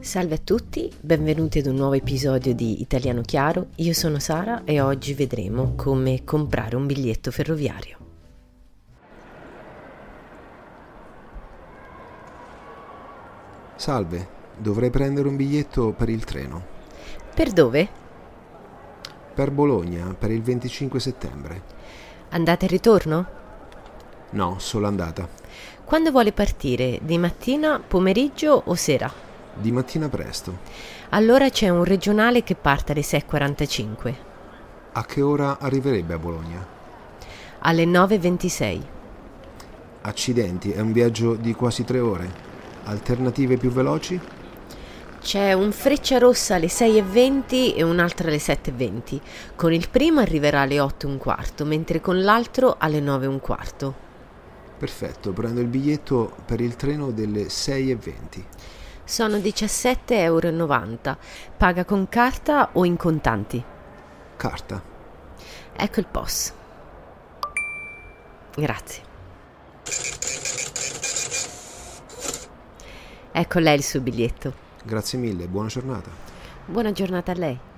Salve a tutti, benvenuti ad un nuovo episodio di Italiano Chiaro. Io sono Sara e oggi vedremo come comprare un biglietto ferroviario. Salve, dovrei prendere un biglietto per il treno. Per dove? Per Bologna, per il 25 settembre. Andate e ritorno? No, solo andata. Quando vuole partire? Di mattina, pomeriggio o sera? Di mattina presto. Allora c'è un regionale che parte alle 6.45, A che ora arriverebbe a Bologna? alle 9.26. Accidenti, è un viaggio di quasi tre ore. Alternative più veloci? C'è un freccia rossa alle 6.20 e un'altra alle 7.20. Con il primo arriverà alle 8.15, mentre con l'altro alle 9.15. Perfetto, prendo il biglietto per il treno delle 6.20. Sono 17,90 euro. Paga con carta o in contanti. Carta. Ecco il POS. Grazie. Ecco lei il suo biglietto. Ecco Grazie mille, buona giornata. Buona giornata a lei.